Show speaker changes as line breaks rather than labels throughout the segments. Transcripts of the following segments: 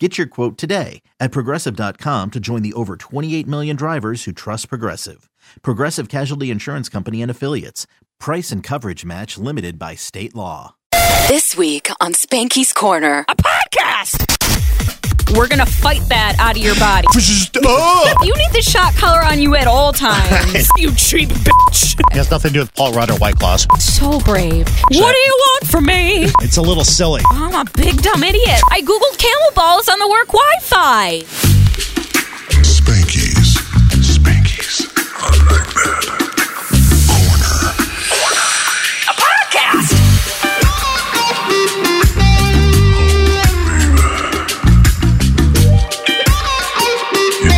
Get your quote today at progressive.com to join the over 28 million drivers who trust Progressive. Progressive Casualty Insurance Company and Affiliates. Price and coverage match limited by state law.
This week on Spanky's Corner.
a podcast. We're gonna fight that out of your body.
oh!
You need the shot collar on you at all times. you cheap bitch.
It has nothing to do with Paul Rudd or White Claws.
So brave. What do you want from me?
It's a little silly.
I'm a big dumb idiot. I googled camel balls on the work Wi-Fi.
Spankies. Spankies. I like that. Corner.
A podcast.
You know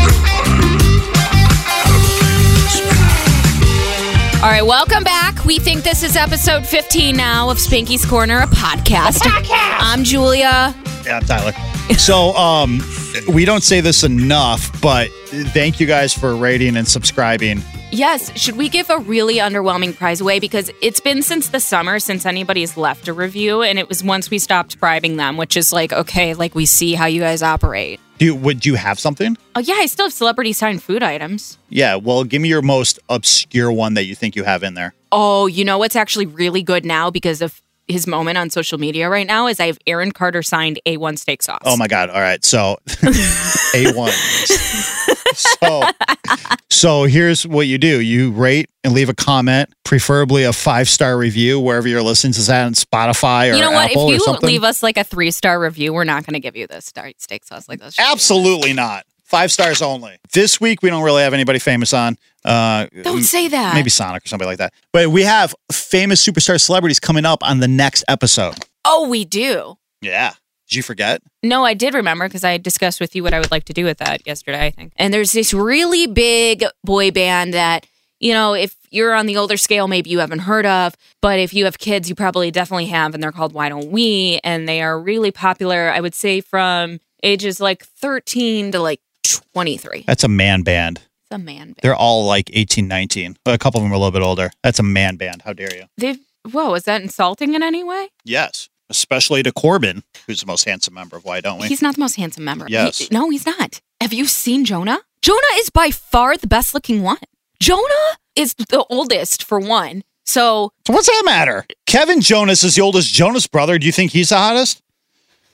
I
All right, welcome back. We think this is episode 15 now of Spinky's Corner, a podcast. I'm Julia.
Yeah, Tyler. So, um, we don't say this enough, but thank you guys for rating and subscribing.
Yes, should we give a really underwhelming prize away? Because it's been since the summer since anybody's left a review, and it was once we stopped bribing them, which is like, okay, like we see how you guys operate.
Do you, would you have something?
Oh, yeah, I still have celebrity signed food items.
Yeah. Well, give me your most obscure one that you think you have in there.
Oh, you know what's actually really good now because of his moment on social media right now is I have Aaron Carter signed A1 steak sauce.
Oh my God! All right. So, a one. So, so here's what you do: you rate and leave a comment, preferably a five star review wherever you're listening to that on Spotify or
You know what?
Apple or
if you
something.
leave us like a three star review, we're not going to give you this star- steak sauce like this.
Absolutely not. Five stars only. This week we don't really have anybody famous on. Uh,
Don't say that.
maybe Sonic or somebody like that. But we have famous superstar celebrities coming up on the next episode.
Oh, we do.
Yeah. Did you forget?
No, I did remember because I discussed with you what I would like to do with that yesterday, I think. And there's this really big boy band that, you know, if you're on the older scale, maybe you haven't heard of, but if you have kids, you probably definitely have. And they're called Why Don't We? And they are really popular, I would say, from ages like 13 to like 23. It's
That's a man band.
a man band.
They're all like 18, 19. A couple of them are a little bit older. That's a man band. How dare you?
They've, whoa, is that insulting in any way?
Yes. Especially to Corbin, who's the most handsome member of Why Don't We?
He's not the most handsome member. He-
Yes.
no, he's not. Have you seen Jonah? Jonah is by far the best looking one. Jonah is the oldest for one. So
So what's that matter? Kevin Jonas is the oldest Jonas brother. Do you think he's the hottest?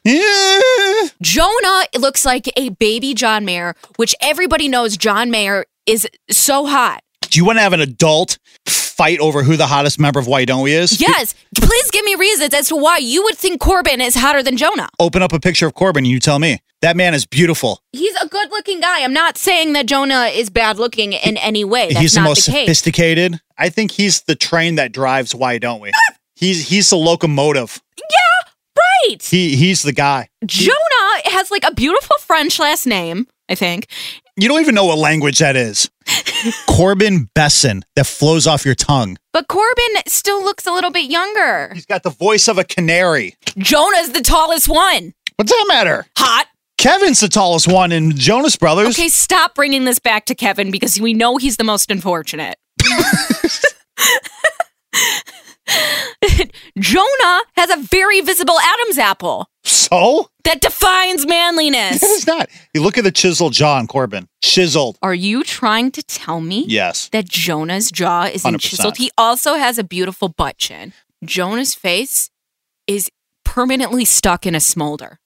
Yeah.
Jonah looks like a baby John Mayer, which everybody knows John Mayer is so hot.
Do you want to have an adult fight over who the hottest member of Why Don't We is?
Yes. Please give me reasons as to why you would think Corbin is hotter than Jonah.
Open up a picture of Corbin and you tell me. That man is beautiful.
He's a good looking guy. I'm not saying that Jonah is bad looking in any way. That's
he's the
not
most
the case.
sophisticated. I think he's the train that drives Why Don't We. he's he's the locomotive.
Right.
He he's the guy.
Jonah has like a beautiful French last name, I think.
You don't even know what language that is. Corbin Besson that flows off your tongue.
But Corbin still looks a little bit younger.
He's got the voice of a canary.
Jonah's the tallest one.
What's that matter?
Hot.
Kevin's the tallest one in Jonas Brothers.
Okay, stop bringing this back to Kevin because we know he's the most unfortunate. Jonah has a very visible Adam's apple
So?
that defines
That
manliness.
is not. You look at the chiseled jaw on Corbin. Chiseled.
Are you trying to tell me
Yes.
that Jonah's jaw is
100%.
chiseled? He also has a beautiful butt chin. Jonah's face is permanently stuck in a smolder,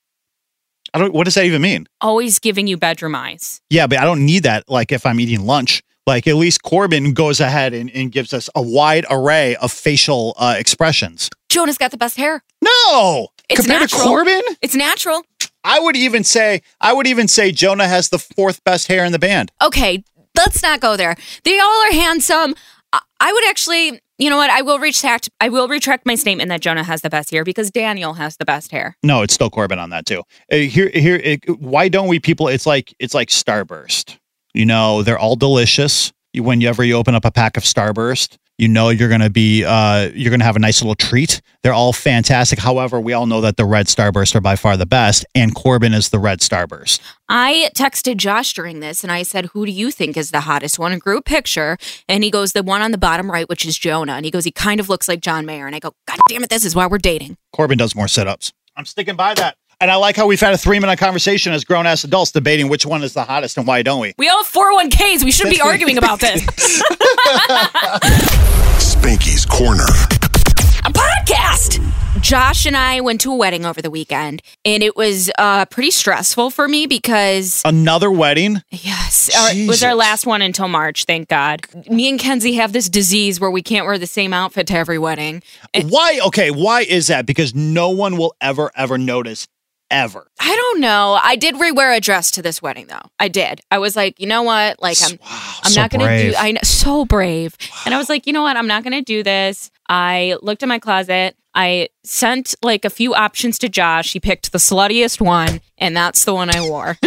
I don't what does that even mean?
always giving you bedroom eyes.
Yeah, but I don't need that. Like if I'm eating lunch, like at least Corbin goes ahead and, and gives us a wide array of facial uh, expressions.
Jonah's got the best hair.
No,
It's
compared
natural.
to Corbin,
It's natural.
I would even say I would even say Jonah has the fourth best hair in the band.
Okay, let's not go there. They all are handsome. I- I would actually, you know what? I will retract. I will retract my statement that Jonah has the best hair because Daniel has the best hair.
No, it's still Corbin on that too. Uh, here, here, it, why don't we people? It's like it's like Starburst. You know, they're all delicious. You- Whenever you open up a pack of Starburst, You know you're gonna be uh, you're gonna have a nice little treat. They're all fantastic. However, we all know that the red starburst are by far the best, and Corbin is the red starburst.
I texted Josh during this and I said, Who do you think is the hottest one? A group picture. And he goes, The one on the bottom right, which is Jonah. And he goes, He kind of looks like John Mayer. And I go, God damn it, this is why we're dating.
Corbin does more sit ups. I'm sticking by that. And I like how we've had a three minute conversation as grown ass adults debating which one is the hottest and why don't we.
We all have 401ks. We shouldn't be arguing about this.
Spanky's Corner.
a podcast. Josh and I went to a wedding over the weekend, and it was uh, pretty stressful for me because
Another wedding.
yes, our, it was our
Uh, Jesus.
last one until March. Thank God. Me and Kenzie have this disease where we can't wear the same outfit to every wedding.
why? Okay, why is that? Because no one will ever, ever notice, ever.
I don't know. I did rewear a dress to this wedding though. I did. I was like, you know what? Like I'm I'm
so
not gonna
brave.
do I know so brave. And I was like, you know what? I'm not gonna do this. I looked in my closet. I sent like a few options to Josh. He picked the sluttiest one, and that's the one I wore.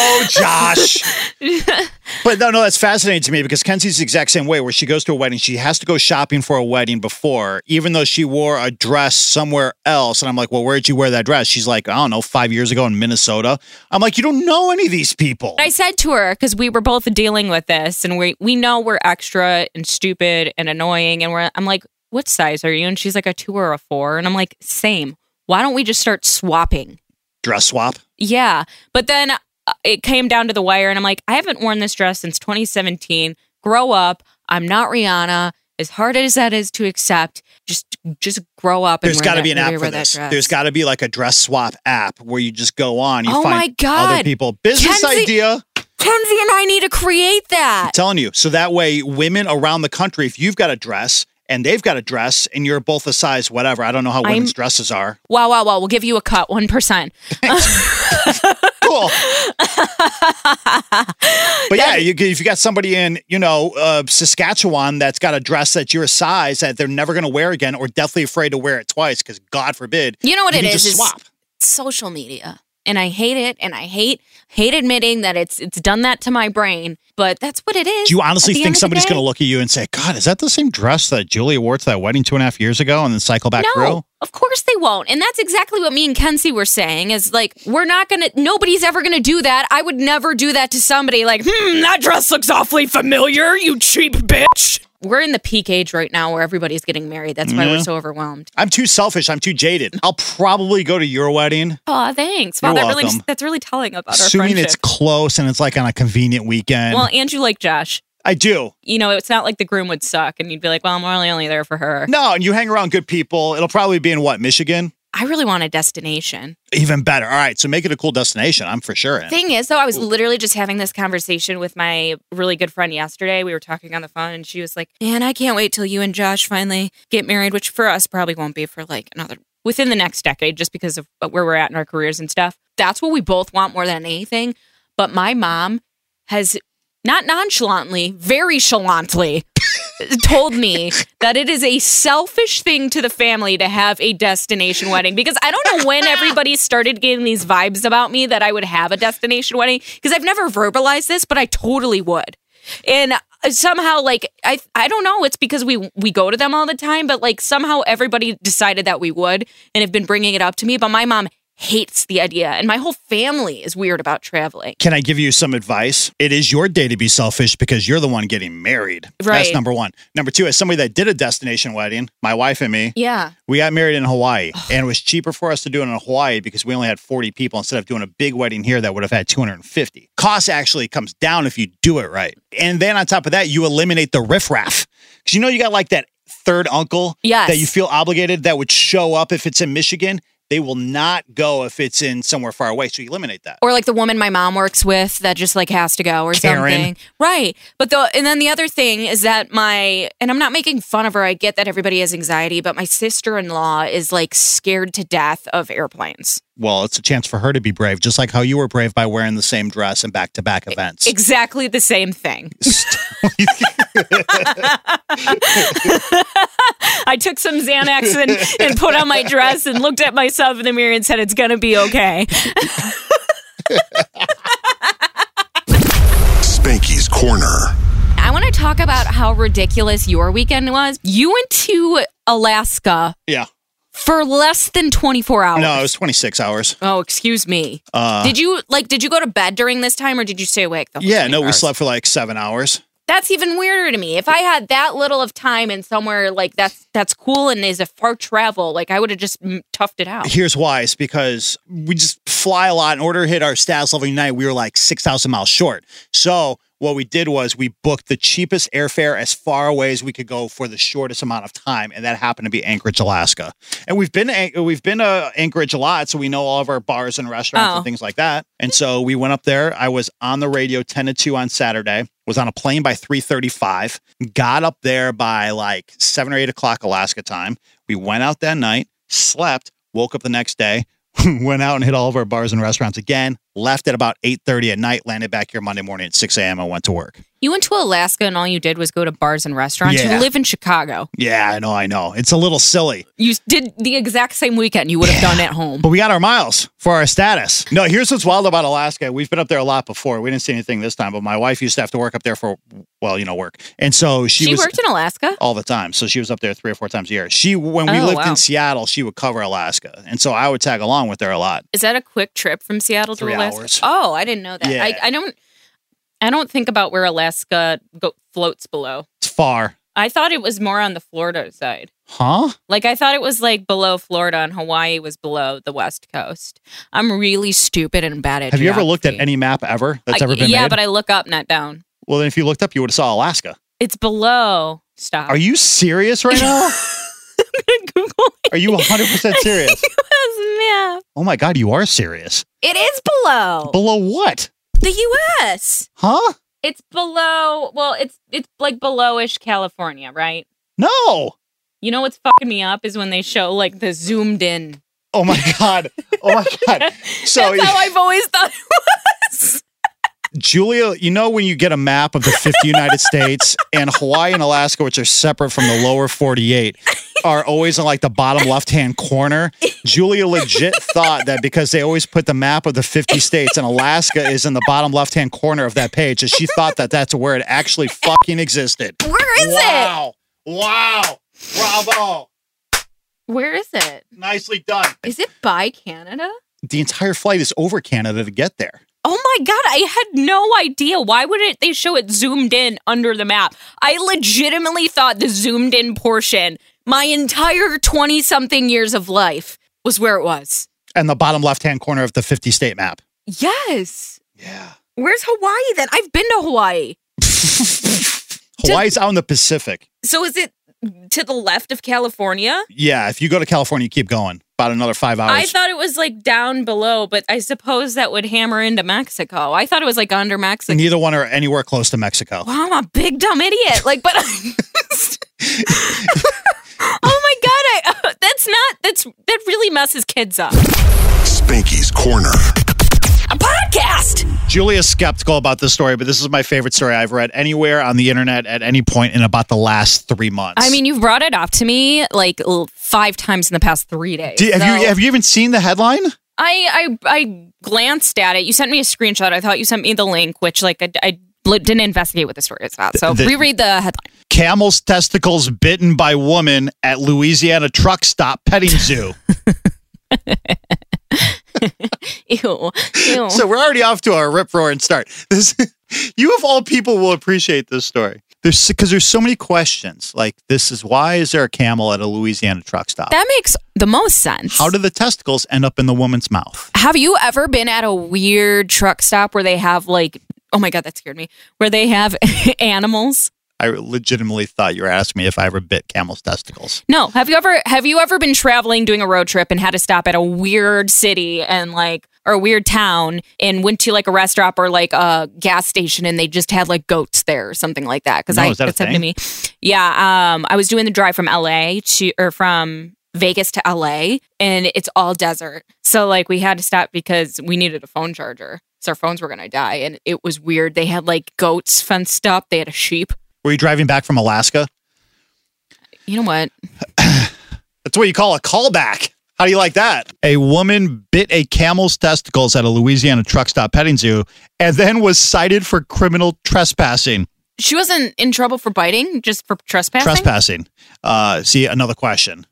Oh, Josh. but no, no, that's fascinating to me because Kenzie's the exact same way where she goes to a wedding. She has to go shopping for a wedding before, even though she wore a dress somewhere else. And I'm like, well, where'd you wear that dress? She's like, I don't know, five years ago in Minnesota. I'm like, you don't know any of these people.
I said to her because we were both dealing with this, and we we know we're extra and stupid and annoying, and we're I'm like, what size are you? And she's like a two or a four, and I'm like, same. Why don't we just start swapping?
Dress swap.
Yeah, but then uh, it came down to the wire, and I'm like, I haven't worn this dress since 2017. Grow up. I'm not Rihanna. As hard as that is to accept, just just grow up. And
There's
got to
be an app for this. There's got to be like a dress swap app where you just go on, you
Oh
find
my God.
other people. Business
Kenzie-
idea.
Kenzie and I need to create that.
telling you. So that way, women around the country, if you've got a dress and they've got a dress and you're both a size whatever, I don't know how women's dresses are.
Wow, wow, wow. We'll give you a cut, one percent.
Cool. but yeah, you, if you got somebody in, you know, uh, Saskatchewan that's got a dress that's your size that they're never going to wear again or deathitely afraid to wear it twice because God forbid.
You know what
you
it
can
is?
just
is
swap.
social media. And I hate it and I hate hate admitting that it's it's done that to my brain, but that's what it is.
Do you honestly
at the end
think
of the
somebody's
day.
going to look at you and say, God, is that the same dress that Julia wore to that wedding two and a half years ago and then cycle back
No,
through?
of course they won't. And that's exactly what me and Kenzie were saying is like, we're not going to, nobody's ever going to do that. I would never do that to somebody like, hmm, that dress looks awfully familiar, you cheap bitch. We're in the peak age right now where everybody's getting married. That's why we're so overwhelmed.
I'm too selfish. I'm too jaded. I'll probably go to your wedding.
Oh, thanks. Wow,
You're
that really,
welcome.
that's really telling about our
assuming
friendship.
it's close and it's like on a convenient weekend.
well, and you like Josh.
I do.
you know, it's not like the groom would suck and you'd be like, well, I'm really only there for her.
No, and you hang around good people. It'll probably be in what Michigan.
I really want a destination.
Even better. All right, so make it a cool destination. I'm for sure in.
Thing is, though, I was literally just having this conversation with my really good friend yesterday. We were talking on the phone and she was like, man, I can't wait till you and Josh finally get married, which for us probably won't be for like another within the next decade just because of where we're at in our careers and stuff. That's what we both want more than anything. But my mom has not nonchalantly, very chalantly told me that it is a selfish thing to the family to have a destination wedding because I don't know when everybody started getting these vibes about me that I would have a destination wedding because I've never verbalized this, but I totally would. And somehow, like I, I don't know. It's because we we go to them all the time, but like somehow everybody decided that we would and have been bringing it up to me. But my mom hates the idea, and my whole family is weird about traveling.
Can I give you some advice? It is your day to be selfish because you're the one getting married. That's
Right.
number one. Number two, as somebody that did a destination wedding, my wife and me,
Yeah.
we got married in Hawaii, and it was cheaper for us to do it in Hawaii because we only had 40 people instead of doing a big wedding here that would have had 250. Cost actually comes down if you do it right. And then on top of that, you eliminate the riffraff. Because you know, you got like that third uncle
Yes.
that you feel obligated that would show up if it's in Michigan. They will not go if it's in somewhere far away. So you eliminate that.
or like the woman my mom works with that just like has to go or
Karen.
something. Right. But the and then the other thing is that my and I'm not making fun of her. I get that everybody has anxiety, but my sister-in-law is like scared to death of airplanes.
Well, it's a chance for her to be brave, just like how you were brave by wearing the same dress and back to back
E-,
events.
Exactly the same thing. I took some Xanax and, and put on my dress and looked at myself in the mirror and said it's going to be okay.
Spanky's Corner.
I want to talk about how ridiculous your weekend was? You went to Alaska
Yeah.
for less than 24 hours.
No, it was 26 hours.
Oh, excuse me.
Uh,
did you like did you go to bed during this time or did you stay awake the whole
yeah,
24
no, we
hours?
slept for like seven hours.
That's even weirder to me. If I had that little of time in somewhere like that's that's cool and is a far travel, like I would have just mm, toughed it out.
Here's why it's because we just fly a lot. In order to hit our status level unite, we were like 6,000 miles short. So what we did was we booked the cheapest airfare as far away as we could go for the shortest amount of time, and that happened to be Anchorage, Alaska. And we've been to An- we've been to Anchorage a lot, so we know all of our bars and restaurants
Oh.
and things like that. And so we went up there. I was on the radio 10 to 2 on Saturday. Was on a plane by 3:35. Got up there by like seven or eight o'clock Alaska time. We went out that night, slept, woke up the next day, went out and hit all of our bars and restaurants again, left at about 8.30 at night, landed back here Monday morning at 6 a.m. and went to work.
You went to Alaska and all you did was go to bars and restaurants.
Yeah.
You live in Chicago.
Yeah, I know, I know. It's a little silly,
You did the exact same weekend you would have done at home.
but we got our miles for our status. No, here's what's wild about Alaska. We've been up there a lot before. We didn't see anything this time, but my wife used to have to work up there for, well, you know, work. And so she,
She,
was
worked in Alaska.
all the time. So she was up there three or four times a year. She, when we
Oh,
lived
wow.
in Seattle, she would cover Alaska. And so I would tag along with her a lot.
Is that a quick trip from Seattle to
Three
Alaska?
hours.
Oh, I didn't know that.
Yeah.
I, I don't. I don't think about where Alaska go, floats below.
It's far.
I thought it was more on the Florida side.
Huh?
Like I thought it was like below Florida and Hawaii was below the West Coast. I'm really stupid and bad at.
Have you ever looked at
geography.
any map ever that's
I-
ever been
Yeah,
made?
but I look up, not down.
well, then if you looked up, you would have saw Alaska.
It's below. Stop.
Are you serious right now?
Google
Are you 100% serious?
U.S. map?
Oh my God, you are serious.
It is below
Below what?
the U.S.
Huh?
It's below. Well, it's it's like belowish California, right?
No.
You know what's fucking me up is when they show like the zoomed in.
Oh my God. Oh my God. So,
That's how I've always thought it was.
Julia, you know, when you get a map of the 50 United States and Hawaii and Alaska, which are separate from the lower 48, are always in like the bottom left hand corner. Julia legit thought that because they always put the map of the 50 states and Alaska is in the bottom left hand corner of that page, and she thought that that's where it actually fucking existed.
Where is it?
wow. Wow. Bravo.
Where is it?
Nicely done.
Is it by Canada?
The entire flight is over Canada to get there.
Oh my god, I had no idea. Why would it they show it zoomed in under the map? I legitimately thought the zoomed in portion, my entire 20 something years of life, was where it was.
And the bottom left hand corner of the 50 state map.
Yes.
Yeah.
Where's Hawaii then? I've been to Hawaii.
Hawaii's out in the Pacific.
So is it to the left of California?
Yeah, if you go to California, you keep going about another five
I
hours.
thought it was like down below, but I suppose that would hammer into Mexico. I thought it was like under Mexico.
Neither one are anywhere close to Mexico.
Wow, I'm a big dumb idiot. Like, but oh my god, I, uh, that's not that's that really messes kids up.
Spanky's Corner.
A podcast!
Julia's skeptical about this story, but this is my favorite story I've read anywhere on the internet at any point in about the last three months.
I mean, you've brought it up to me like l- five times in the past three days.
Do- have
so-
you have you even seen the headline?
I, I I glanced at it. You sent me a screenshot. I thought you sent me the link, which like I, I li- didn't investigate what the story was about. So
The-
reread the headline.
Camel's testicles bitten by woman at Louisiana truck stop petting zoo.
Ew, ew.
So we're already off to a rip roaring start. This, you of all people will appreciate this story. There's because there's so many questions. Like this is why is there a camel at a Louisiana truck stop?
that makes the most sense.
How do the testicles end up in the woman's mouth?
Have you ever been at a weird truck stop where they have like oh my god that scared me where they have animals?
I legitimately thought you were asking me if I ever bit camel's testicles.
No, have you ever have you ever been traveling doing a road trip and had to stop at a weird city and like or a weird town and went to like a restaurant or like a gas station and they just had like goats there or something like that because
No,
I
is that a
that's happened to
thing?
me. Yeah, um I was doing the drive from LA to or from Vegas to LA and it's all desert. So like we had to stop because we needed a phone charger. So our phones were gonna die and it was weird. They had like goats fenced up, they had a sheep.
Were you driving back from Alaska?
You know what?
That's what you call a callback. How do you like that? A woman bit a camel's testicles at a Louisiana truck stop petting zoo and then was cited for criminal trespassing.
She wasn't in trouble for biting, just for trespassing.
Trespassing. Uh, see, another question.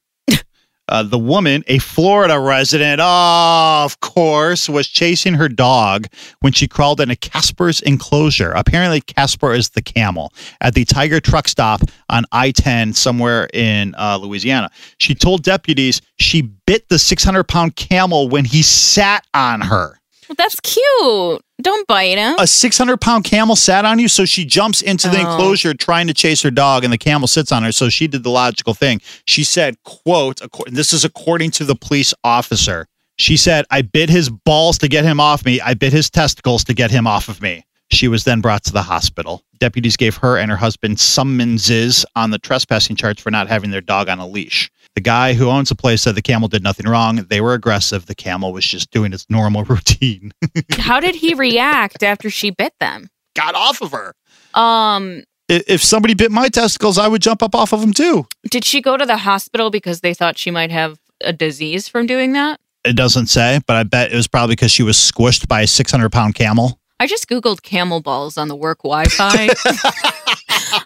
uh, the woman, a Florida resident, oh, of course, was chasing her dog when she crawled into Casper's enclosure. Apparently, Casper is the camel at the Tiger truck stop on I 10 somewhere in uh, Louisiana. She told deputies she bit the 600 pound camel when he sat on her.
Well, that's cute. Don't bite him.
a 600 pound camel sat on you. So she jumps into the
Oh.
enclosure trying to chase her dog, and the camel sits on her. So she did the logical thing. She said, quote, acco- this is according to the police officer. She said, I bit his balls to get him off me. I bit his testicles to get him off of me. She was then brought to the hospital. Deputies gave her and her husband summonses on the trespassing charge for not having their dog on a leash. The guy who owns the place said the camel did nothing wrong. They were aggressive. The camel was just doing its normal routine.
How did he react after she bit them?
Got off of her.
Um,
I- if somebody bit my testicles, I would jump up off of them too.
did she go to the hospital because they thought she might have a disease from doing that?
It doesn't say, but I bet it was probably because she was squished by a 600 pound camel.
I just googled camel balls on the work Wi-Fi.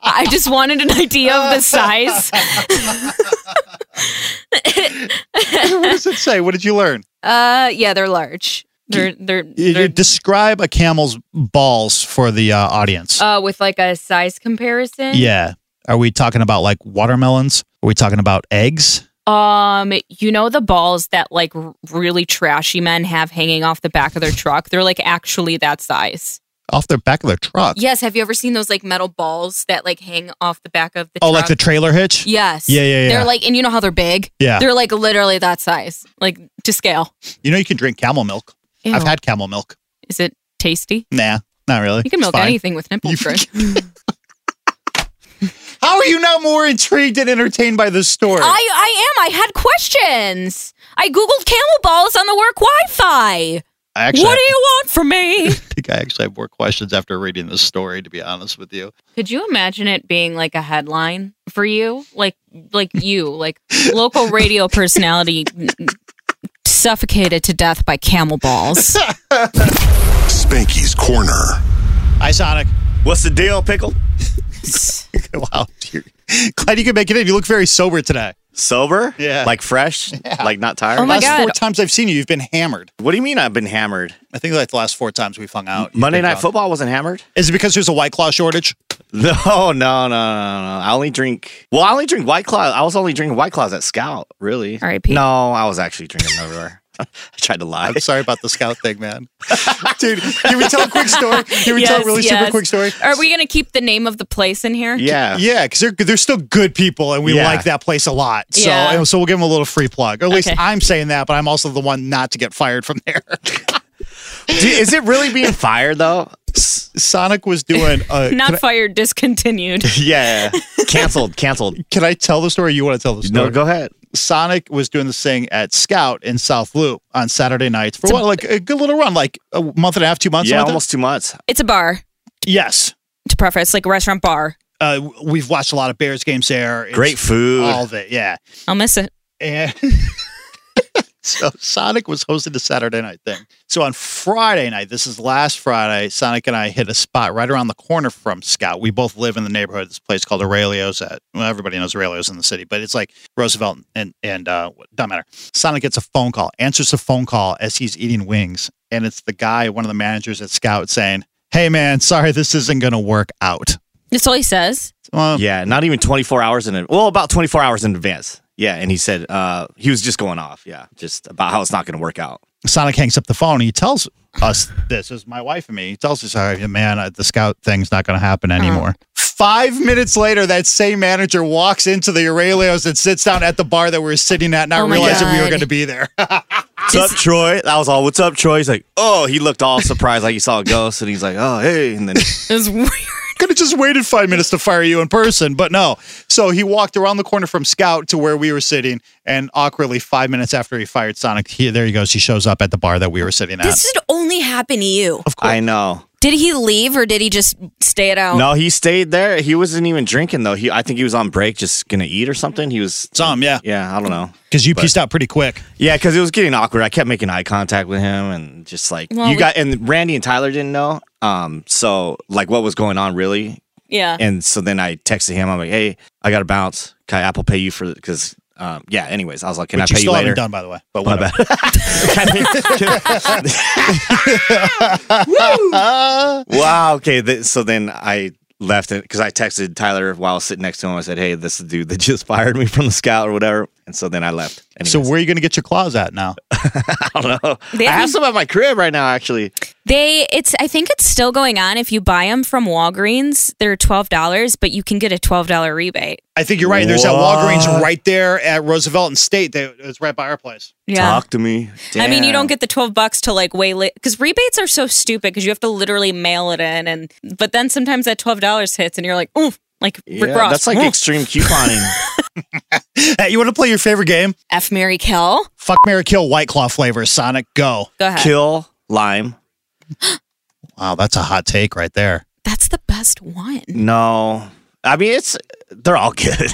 I just wanted an idea of the size.
what does it say? What did you learn?
Uh, yeah, they're large. They're they're,
You,
they're
describe a camel's balls for the uh, audience.
uh with like a size comparison.
yeah. Are we talking about like watermelons? Are we talking about eggs?
Um, you know the balls that like r- really trashy men have hanging off the back of their truck. They're like actually that size.
Off the back of their truck.
Yes. Have you ever seen those like metal balls that like hang off the back of the?
Oh,
truck?
like the trailer hitch?
Yes.
Yeah, yeah, yeah.
They're like, and you know how they're big.
Yeah.
They're like literally that size, like to scale.
You know, you can drink camel milk. I've
Ew.
had camel milk.
Is it tasty?
Nah, not really.
You can
It's
milk
fine.
anything with nipple prick.
How are you not more intrigued and entertained by this story?
I, I am. I had questions. I googled camel balls on the work Wi-Fi.
I actually,
What do you want from me?
I think I actually have more questions after reading this story, to be honest with you.
Could you imagine it being like a headline for you? Like like you, like local radio personality suffocated to death by camel balls.
Spanky's Corner.
Hi, Sonic.
What's the deal, pickle?
wow. You're- Glad you could make it in. You look very sober today.
Sober?
Yeah.
Like fresh? Like not tired?
Oh my
last
God.
four times I've seen you, you've been hammered.
What do you mean I've been hammered?
I think like the last four times we've hung out. you've
Monday
been
Night
drunk.
Football wasn't hammered?
Is it because there's a White Claw shortage?
No, no, no, no, no. I only drink, well, I only drink White Claws. I was only drinking White Claws at Scout, really.
R.I.P..
No, I was actually drinking them everywhere. I tried to lie.
I'm sorry about the scout thing, man. Dude, can we tell a quick story? Can we tell a
Yes,
really super
yes. Er-
quick story?
Are we gonna keep the name of the place in here?
Yeah.
Yeah, because they're they're still good people, and we
Yeah.
like that place a lot. So
Yeah.
and so we'll give them a little free plug. Or at least
Okay.
I'm saying that, but I'm also the one not to get fired from there.
Do- is it really being fired, though?
Sonic was doing. Uh,
Not
can, I,
fired, discontinued.
yeah. Canceled, canceled.
can I tell the story? Or you want to tell the story?
No, go ahead.
Sonic was doing this thing at Scout in South Loop on Saturday nights for what, like a good little run, like a month and a half, two months.
yeah,
something like
almost two months.
It's a bar,
that? Yes,
to preface, like a restaurant bar.
uh, w- we've watched a lot of Bears games there. It's
Great food.
all of it. Yeah,
I'll miss it.
and so Sonic was hosting the Saturday night thing. So on Friday night, this is last Friday, Sonic and I hit a spot right around the corner from Scout. We both live in the neighborhood. This place called Aurelio's. At well, everybody knows Aurelio's in the city, but it's like Roosevelt and and uh, doesn't matter. Sonic gets a phone call, answers the phone call as he's eating wings, and it's the guy, one of the managers at Scout, saying, "Hey man, sorry this isn't going to work out."
That's all he says.
Well,
Yeah, not even 24 hours in, well, about 24 hours in advance. Yeah, and he said uh, he was just going off. Yeah, just about how it's not going to work out.
Sonic hangs up the phone. and He tells us this this is my wife and me. He tells us, "Sorry, man, uh, the scout thing's not going to happen anymore." Five minutes later, that same manager walks into the Aurelios and sits down at the bar that we were sitting at, not
Oh my
realizing we were
God.
going to be there.
What's up, Troy? That was all. What's up, Troy? He's like, oh, he looked all surprised, like he saw a ghost, and he's like, oh, hey, and then
It's weird.
Could have just waited five minutes to fire you in person, but no. So he walked around the corner from Scout to where we were sitting, and awkwardly, five minutes after he fired Sonic, he, there he goes. He shows up at the bar that we were sitting at.
This should only happen to you.
of course,
I know.
Did he leave or did he just stay it out?
No, he stayed there. He wasn't even drinking though. He, I think he was on break, just gonna eat or something. He was,
some yeah,
yeah, I don't know.
because you pieced out pretty quick.
Yeah, because it was getting awkward. I kept making eye contact with him, and just like
Well,
you
we-
got, and Randy and Tyler didn't know. Um, so like what was going on really?
Yeah.
And so then I texted him. I'm like, hey, I got to bounce. Can I Apple pay you for because um, yeah. Anyways, I was like, can
Which you
I pay you
still
later?
haven't done, by the way. But
My
whatever.
bad. Can I- can
Uh,
I- wow. Okay. th- so then I left it because I texted Tyler while I was sitting next to him. I said, hey, this is the dude that just fired me from the scout or whatever. And so then I left.
So
Anyways,
where are you going to get your claws at now?
I don't know.
They
I have
haven't-
some at my crib right now, actually.
They it's I think it's still going on. If you buy them from Walgreens, they're twelve dollars, but you can get a twelve dollar rebate.
I think you're right. There's that
What?
Walgreens right there at Roosevelt and State. That it's right by our place.
Yeah.
Talk to me.
I mean, you
Damn.
don't get the twelve bucks till like way late because rebates are so stupid because you have to literally mail it in, and but then sometimes that twelve dollars hits and you're like, ooh, like Rick
Yeah,
Ross.
that's like
ooh.
extreme couponing.
Hey, you want to play your favorite game?
F Mary Kill.
Fuck Mary Kill White Claw flavor. Sonic, go!
Go ahead.
Kill lime.
Wow, that's a hot take right there.
That's the best one.
No, I mean it's they're all good.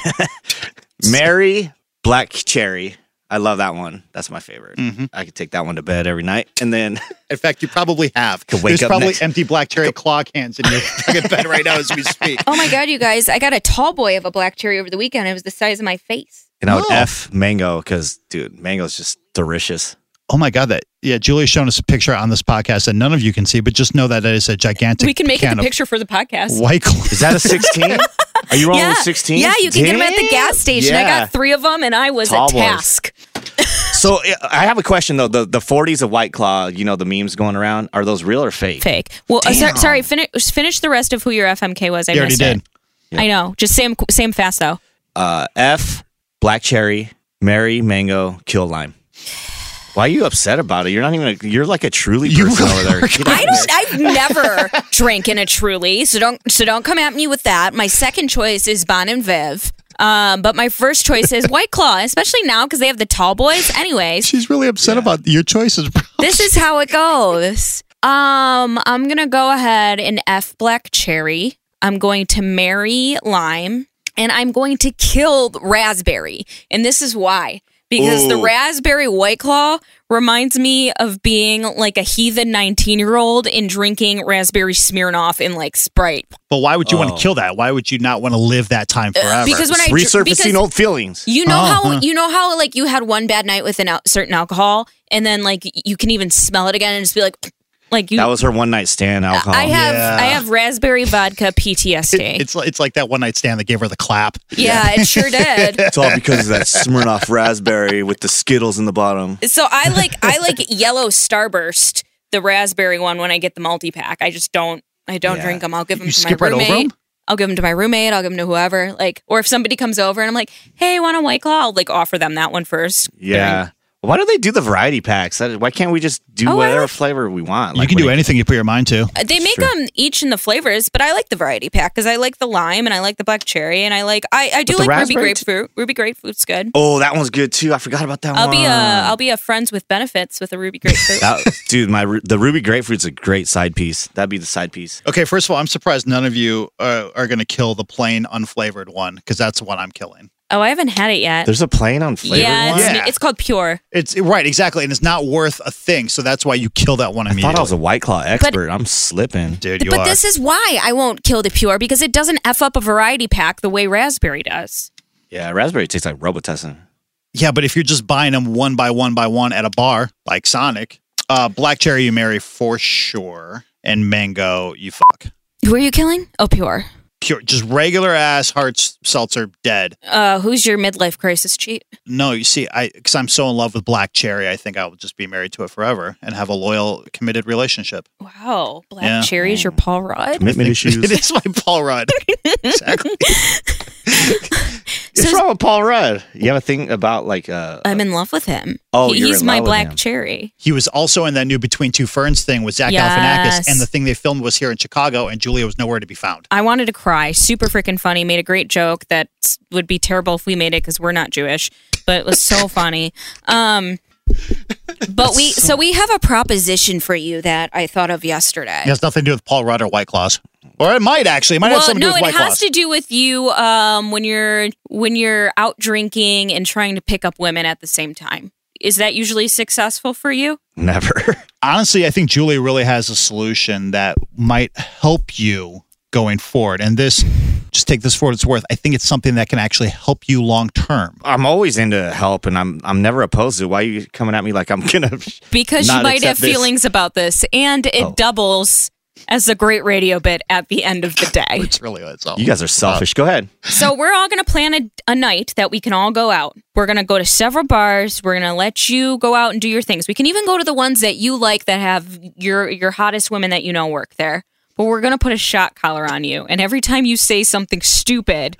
Mary black cherry. I love that one. That's my favorite.
Mm-hmm.
I could take that one to bed every night, and then
In fact, you probably have.
Could wake
There's
up
probably
next-
empty black cherry claw cans in your fucking bed right now as we speak.
Oh my God, you guys. I got a tall boy of a black cherry over the weekend. It was the size of my face.
and I would
No.
f mango because dude, mango's just delicious.
Oh my god, that yeah. Julia's shown us a picture on this podcast that none of you can see, but just know that it is a gigantic.
We can make it
can
the
of
picture for the podcast.
White claw.
Is that a sixteen? Are you wrong
Yeah.
with sixteen?
Yeah, you can get 'em get them at the gas station. I got three of them, and I was
Tall
a
boys.
task.
So I- I have a question though. The the forties of White Claw, you know the memes going around, are those real or fake?
Fake. Well, uh, sor-
Damn.
sorry. Finish finish the rest of who your FMK was. I
You already
missed
did.
it. I know. Just same same fast though.
Uh, F black cherry, Mary mango, kill lime. Why are you upset about it? You're not even. A, you're like a truly
You
person
really
over there.
are.
Get out
I
of
don't. I've never drank in a Truly, so don't so don't come at me with that. My second choice is Bon and Viv. Um, but my first choice is White Claw, especially now because they have the tall boys. Anyways,
She's really upset about your choices. Bro.
this is how it goes. Um, I'm gonna go ahead and F black cherry. I'm going to marry lime, and I'm going to kill raspberry. And this is why. Because the
Ooh.
raspberry white claw reminds me of being like a heathen 19 year old and drinking raspberry Smirnoff in like Sprite.
But why would you want
Oh.
to kill that? Why would you not want to live that time forever?
Uh, Because when I dr-
resurfacing
because-
old feelings.
You know
Oh,
how
Uh-huh.
huh.
you know how like you had one bad night with an al- certain alcohol, and then like you can even smell it again and just be like, like you
That was her one night stand alcohol.
I have
Yeah.
I have raspberry vodka PTSD.
it's like- it's like that one night stand that gave her the clap.
yeah, it sure did.
It's all because of that Smirnoff raspberry with the Skittles in the bottom.
So I like I like yellow Starburst, the raspberry one when I get the multi pack. I just don't I don't
Yeah.
drink them. I'll give them
You
to
skip
my
right over
roommate.
'em?
I'll give them to my roommate. I'll give them to whoever. Like, or if somebody comes over and I'm like, "Hey, want a white claw?" I'll like offer them that one first.
Yeah. Why do they do the variety packs? That- Why can't we just do
Oh, I
whatever
like-
flavor we want?
you
Like,
can
what
do anything you put your mind to.
Uh, They make them each in the flavors, but I like the variety pack because I like the lime and I like the black cherry and I like I, I do
the
like ruby
raspberry t-
grapefruit. ruby grapefruit's good.
Oh, that one's good too. I forgot about that
I'll
one.
be a I'll be a friends with benefits with a ruby grapefruit.
That- dude, my ru- the ruby grapefruit's a great side piece. That'd be the side piece.
Okay, first of all, I'm surprised none of you uh, are going to kill the plain unflavored one because that's the one I'm killing.
Oh, I haven't had it yet.
There's a plane on flavor.
yeah,
one?
it's,
Yeah.
it's called Pure.
It's right, exactly, and it's not worth a thing, so that's why you kill that one
I
immediately.
thought I was a White Claw expert. I'm slipping.
dude. You
but
are.
this is why I won't kill the Pure because it doesn't F up a variety pack the way raspberry does.
Yeah, raspberry tastes like Robitussin.
yeah, but if you're just buying them one by one by one at a bar like Sonic, uh, black cherry you marry for sure, and mango you fuck.
Who are you killing? Oh, Pure.
Pure, just regular ass hard s- seltzer dead.
Uh, who's your midlife crisis cheat?
No, you see, I because I'm so in love with black cherry, I think I will just be married to it forever and have a loyal, committed relationship.
Wow, Black
Yeah.
Cherry's your Paul Rudd.
Commitment
It is my Paul Rudd. exactly.
What's wrong with Paul Rudd? You have a thing about like uh
I'm in love with him.
Oh,
He-
you're
he's
in
my
love with
Black
him.
Cherry.
He was also in that new Between Two Ferns thing with Zach
Yes.
Galifianakis, and the thing they filmed was here in Chicago, and Julia was nowhere to be found.
I wanted to cry. Super freaking funny. Made a great joke that would be terrible if we made it because we're not Jewish, but it was so funny. Um, but we so we have a proposition for you that I thought of yesterday.
It has nothing to do with Paul Rudd or White Claws, or it might actually. It might have
Well,
something to
no,
do with White
it has
Claws.
to do with you um, when you're when you're out drinking and trying to pick up women at the same time. Is that usually successful for you?
never.
Honestly, I think Julia really has a solution that might help you going forward. And this, just take this for what it's worth. I think it's something that can actually help you long term.
I'm always into help, and I'm I'm never opposed to. it. Why are you coming at me like I'm gonna?
because you
Not
might have
accept this.
feelings about this, and it
Oh.
doubles as a great radio bit at the end of the day.
It's really what it's all.
You guys are selfish. Go ahead.
so we're all going to plan a, a night that we can all go out. We're going to go to several bars. We're going to let you go out and do your things. We can even go to the ones that you like that have your your hottest women that you know work there. But we're going to put a shot collar on you, and every time you say something stupid,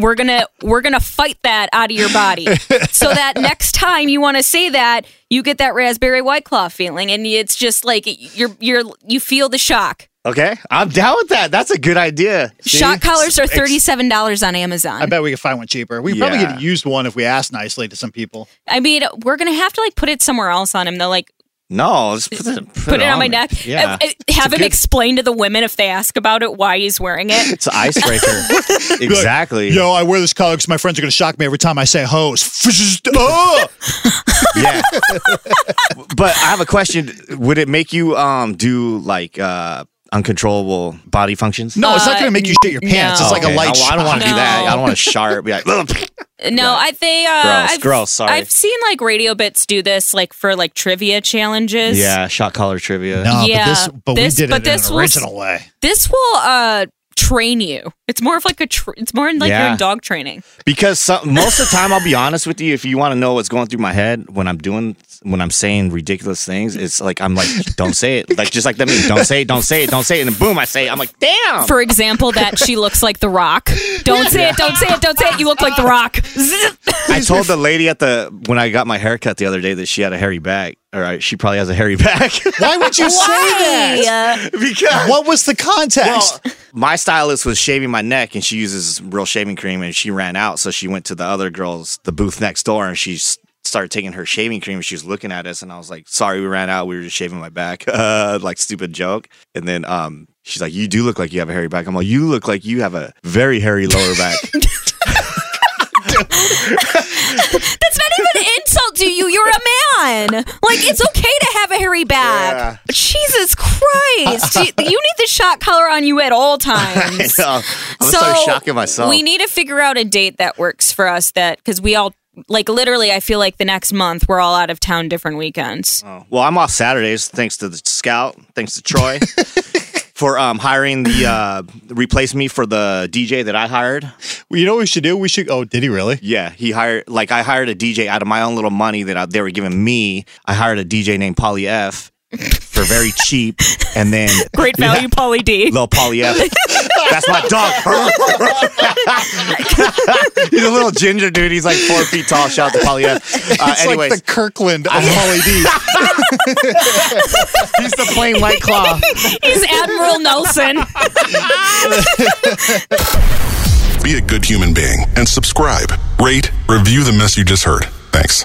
we're gonna we're gonna fight that out of your body so that next time you want to say that you get that raspberry white claw feeling and it's just like you're you're you feel the shock
Okay, I'm down with that. That's a good idea. See?
shock collars are $37 on amazon
I bet we could find one cheaper. We probably
Yeah.
could use one if we asked nicely to some people.
I mean, we're gonna have to like put it somewhere else on him though. Like
No, just put it, put
put, it, on, my
me.
neck.
Yeah,
Uh, uh, have him
good-
explain to the women if they ask about it why he's wearing it.
it's an icebreaker. exactly.
Yo, I wear this collar because my friends are going to shock me every time I say hose. oh!
Yeah. but I have a question. Would it make you um do like uh uncontrollable body functions?
No, it's not
Uh,
going to make you shit your pants.
no.
It's like
Okay,
a light
I, I don't want to
shock.
do that.
No.
I don't want to sharp. Be like, "Ugh."
No, I they uh,
Gross,
I've,
gross, sorry.
I've seen like radio bits do this like for like trivia challenges.
yeah, shot collar trivia.
No,
Yeah,
but this, but
this-
we did
but
it in
this
an
will s-
original way.
this will uh train you. It's more of like a tr- it's more in like you're
Yeah.
in dog training.
Because some, most of the time, I'll be honest with you. If you want to know what's going through my head when I'm doing, when I'm saying ridiculous things, it's like I'm like, don't say it. Like just like that meme, don't say it, don't say it, don't say it, and then boom, I say it. I'm like, damn.
For example, that she looks like the Rock. Don't say it. Don't say it. Don't say it. You look like the Rock.
I told the lady at the when I got my haircut the other day that she had a hairy back. All right, she probably has a hairy back
Why would you say that?
because
What was the context?
Well, my stylist was shaving my neck and she uses real shaving cream and she ran out. So she went to the other girl's, the booth next door, and she s- started taking her shaving cream and she was looking at us. And I was like, sorry, we ran out. We were just shaving my back. Uh, like, stupid joke. And then um, she's like, you do look like you have a hairy back. I'm like, you look like you have a very hairy lower back.
That's not even an insult to you. You're a man. Like it's okay to have a hairy back. Jesus Christ! you you need the shot collar on you at all
I
times.
know. uh, I'm so, start shocking myself.
We need to figure out a date that works for us. That because we all like literally, I feel like the next month we're all out of town different weekends.
Oh, Well, I'm off Saturdays thanks to the scout, thanks to Troy for um, hiring the uh, replace me for the DJ that I hired.
you know what we should do? We should. Oh, did he really?
Yeah, he hired like I hired a DJ out of my own little money that I, they were giving me. I hired a DJ named Polly F for very cheap, and then
Great value, Polly D.
little Polly F. That's my dog. he's a little ginger dude. He's like four feet tall. Shout out to Polly F. Uh,
it's
anyways,
like the Kirkland of Holly D.
he's the plain white claw.
He's Admiral Nelson.
Be a good human being and subscribe, rate, review the mess you just heard. Thanks.